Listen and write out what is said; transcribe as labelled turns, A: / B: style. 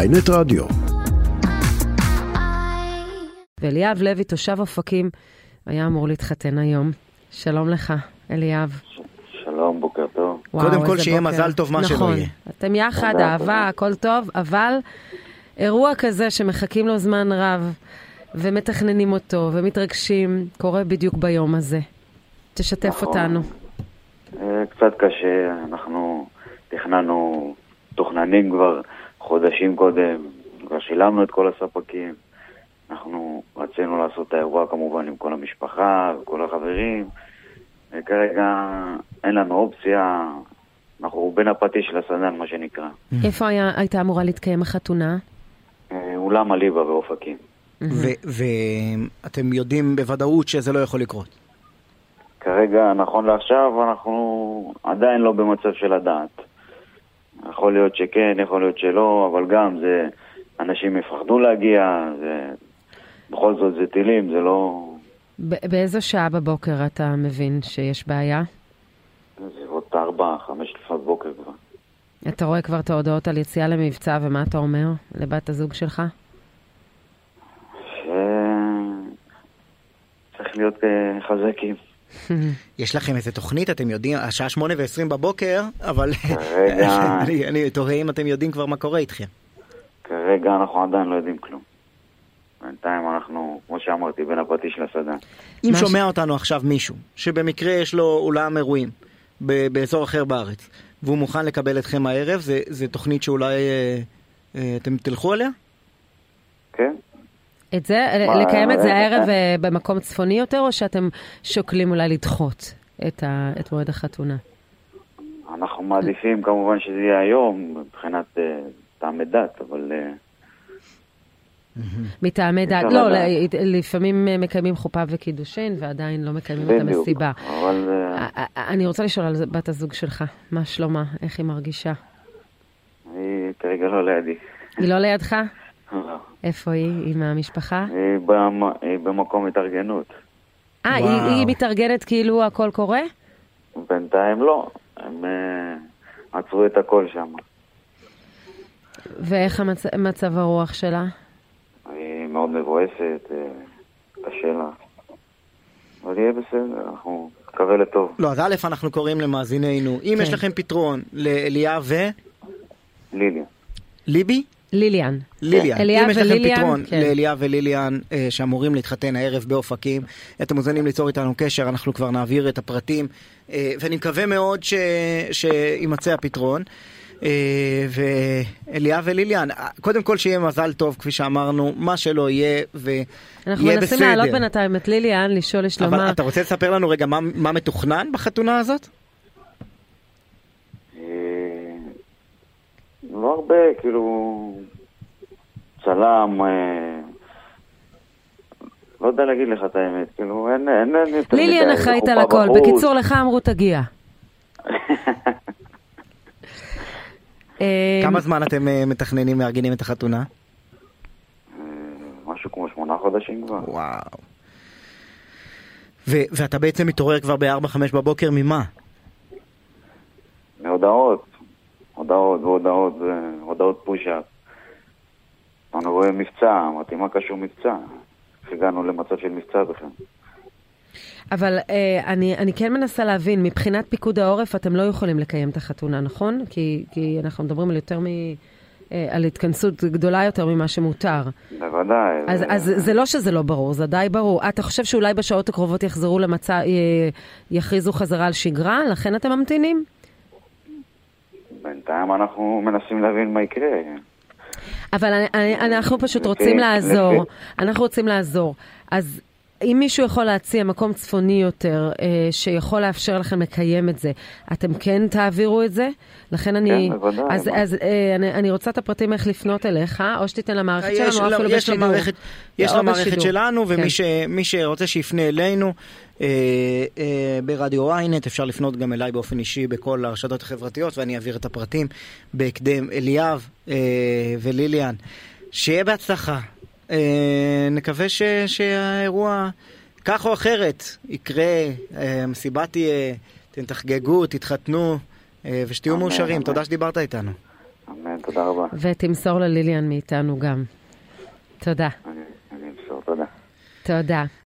A: ynet רדיו.
B: ואליאב לוי, תושב אופקים, היה אמור להתחתן היום. שלום לך, אליאב.
C: שלום, בוקר טוב.
B: וואו,
D: קודם כל
B: איזה
D: שיהיה
B: בוקר.
D: מזל טוב, מה שלא
B: נכון.
D: יהיה.
B: אתם יחד,
C: תודה,
B: אהבה,
C: תודה.
B: הכל טוב, אבל אירוע כזה שמחכים לו זמן רב, ומתכננים אותו, ומתרגשים, קורה בדיוק ביום הזה. תשתף
C: נכון.
B: אותנו.
C: אה, קצת קשה, אנחנו תכננו, תוכננים כבר חודשים קודם, כבר שילמנו את כל הספקים. אנחנו רצינו לעשות את האירוע כמובן עם כל המשפחה וכל החברים. וכרגע אין לנו אופציה, אנחנו בין הפטיש לסדן, מה שנקרא.
B: איפה היה, הייתה אמורה להתקיים החתונה?
C: אה, אולם אליבא באופקים.
D: ואתם יודעים בוודאות שזה לא יכול לקרות.
C: כרגע, נכון לעכשיו, אנחנו עדיין לא במצב של הדעת. יכול להיות שכן, יכול להיות שלא, אבל גם זה... אנשים יפחדו להגיע, זה... בכל זאת זה טילים, זה לא...
B: ב- באיזו שעה בבוקר אתה מבין שיש בעיה?
C: זה עוד ארבע, חמש לפנות בוקר כבר.
B: אתה רואה כבר את ההודעות על יציאה למבצע, ומה אתה אומר לבת הזוג שלך?
C: ש... צריך להיות אה, חזקים.
D: יש לכם איזה תוכנית, אתם יודעים, השעה שמונה ועשרים בבוקר, אבל
C: רגע.
D: אני- אני תוהה אם אתם יודעים כבר מה קורה איתכם.
C: כרגע אנחנו עדיין לא יודעים כלום. בינתיים אנחנו, כמו שאמרתי, בין הפטיש לסדן.
D: אם
B: מה ש-
D: שומע אותנו עכשיו מישהו, שבמקרה יש לו אולם אירועים ב- באזור אחר בארץ, והוא מוכן לקבל אתכם הערב, זה- זה תוכנית שאולי אה, אה, אתם תלכו עליה?
C: כן?
B: את זה,
C: מה,
B: לקיים את זה
C: אה,
B: הערב
C: אה.
B: אה, במקום צפוני יותר, או שאתם שוקלים אולי לדחות את, ה, את מועד החתונה?
C: אנחנו מעדיפים כמובן שזה יהיה היום, מבחינת אה, טעמי דת, אבל אה,
B: מטעמי דעת,
C: מטעמי
B: לא,
C: דעת.
B: ל- לפעמים אה, מקיימים חופה וקידושין ועדיין לא מקיימים את
C: בדיוק.
B: המסיבה.
C: אבל אה,
B: א- א- אני רוצה לשאול על בת הזוג שלך, מה שלומה, איך היא מרגישה?
C: היא כרגע לא לידי.
B: היא לא לידך?
C: לא.
B: איפה היא? היא מהמשפחה?
C: היא במ- היא במקום התארגנות.
B: אה, היא,
D: וואו.
B: היא מתארגנת כאילו הכל קורה?
C: בינתיים לא, הם אה, עצרו את הכל שם.
B: ואיך המצ... מצב הרוח שלה?
C: היא מאוד מבואסת, אה, קשה לה. אבל יהיה בסדר, אנחנו נקווה לטוב.
D: לא, אז א', אנחנו קוראים למאזיננו, אם
B: כן.
D: יש לכם פתרון לאליה
C: לילי.
D: וליבי?
B: ליליאן.
D: ליליאן,
B: אליה
D: אם יש
B: וליליאן,
D: לכם פתרון
B: כן.
D: לאליה וליליאן אה, שאמורים להתחתן הערב באופקים, אתם מוזמנים ליצור איתנו קשר, אנחנו כבר נעביר את הפרטים, אה, ואני מקווה מאוד ש- שיימצא הפתרון. אה, ואליה וליליאן, אה, קודם כל שיהיה מזל טוב, כפי שאמרנו, מה שלא יהיה, ויהיה בסדר.
B: אנחנו מנסים להעלות בינתיים את ליליאן, לשאול
D: אבל
B: לשלומה.
D: אתה רוצה לספר לנו רגע מה, מה מתוכנן בחתונה הזאת?
C: אה, לא הרבה, כאילו, צלם, אה, לא יודע להגיד לך את האמת, כאילו, אין, אין, אין יותר
B: ליליאן
C: מדי,
B: אחראית
C: חופה
B: על הכל.
C: בחוץ.
B: בקיצור, לך אמרו תגיע. אה,
D: כמה זמן אתם אה, מתכננים, מארגנים את החתונה?
C: משהו כמו שמונה חודשים כבר.
D: וואו. ו- ואתה בעצם מתעורר כבר ב-4-5 בבוקר ממה?
C: הודעות, הודעות והודעות, אה, הודעות פוש-אפ. אני רואה מבצע, אמרתי, מה קשור מבצע? איך הגענו למצב של מבצע בכלל?
B: אבל אה, אני אני כן מנסה להבין, מבחינת פיקוד העורף אתם לא יכולים לקיים את החתונה, נכון? כי כי אנחנו מדברים על יותר מ... אה, על התכנסות גדולה יותר ממה שמותר.
C: בוודאי.
B: אז,
C: אה,
B: אז זה לא שזה לא ברור, זה די ברור. אתה חושב שאולי בשעות הקרובות יחזרו למצב, אה, יכריזו חזרה על שגרה, לכן אתם ממתינים?
C: בינתיים אנחנו מנסים להבין מה יקרה.
B: אבל אני- אני- אנחנו פשוט
C: לפי-
B: רוצים לעזור.
C: לפי-
B: אנחנו רוצים לעזור. אז אם מישהו יכול להציע מקום צפוני יותר, אה, שיכול לאפשר לכם לקיים את זה, אתם כן תעבירו את זה? לכן אני...
C: כן, בוודאי,
B: אז,
C: מה?
B: אז אה, אני, אני רוצה את הפרטים איך לפנות אליך, או שתיתן למערכת
D: אה, יש
B: שלנו, או
D: לה-
B: אפילו
D: יש
B: בשידור.
D: למערכת- יש
B: או
D: למערכת
B: בשידור.
D: שלנו,
B: כן.
D: ומי ש- מי שרוצה שיפנה אלינו אה, אה, ברדיו ynet, אפשר לפנות גם אליי באופן אישי בכל הרשתות החברתיות, ואני אעביר את הפרטים בהקדם. אליאב אה, וליליאן, שיהיה בהצלחה. אה, נקווה ש- שהאירוע, כך או אחרת, יקרה, אה, המסיבה תהיה, אתם תחגגו, תתחתנו, אה, ושתהיו
C: אמן,
D: מאושרים.
C: אמן.
D: תודה שדיברת איתנו.
C: אמן, תודה רבה.
B: ותמסור לליליאן מאיתנו גם. תודה.
C: אני אני אמסור, תודה.
B: תודה.